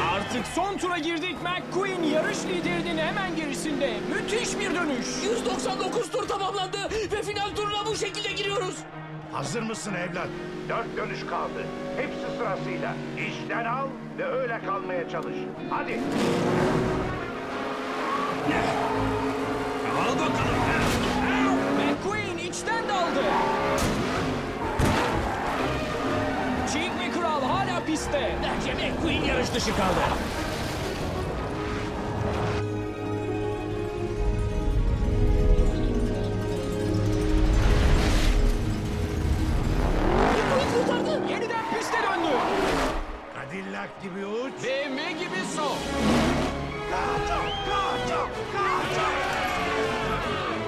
artık. Son tura girdik. McQueen yarış liderinin hemen gerisinde. Müthiş bir dönüş. 199 tur tamamlandı ve final turuna bu şekilde giriyoruz. Hazır mısın evlat? Dört dönüş kaldı. Hepsi sırasıyla. İşten al ve öyle kalmaya çalış. Hadi. McQueen içten daldı. Çiğ ve Kral hala pistte. Bence McQueen yarış dışı kaldı.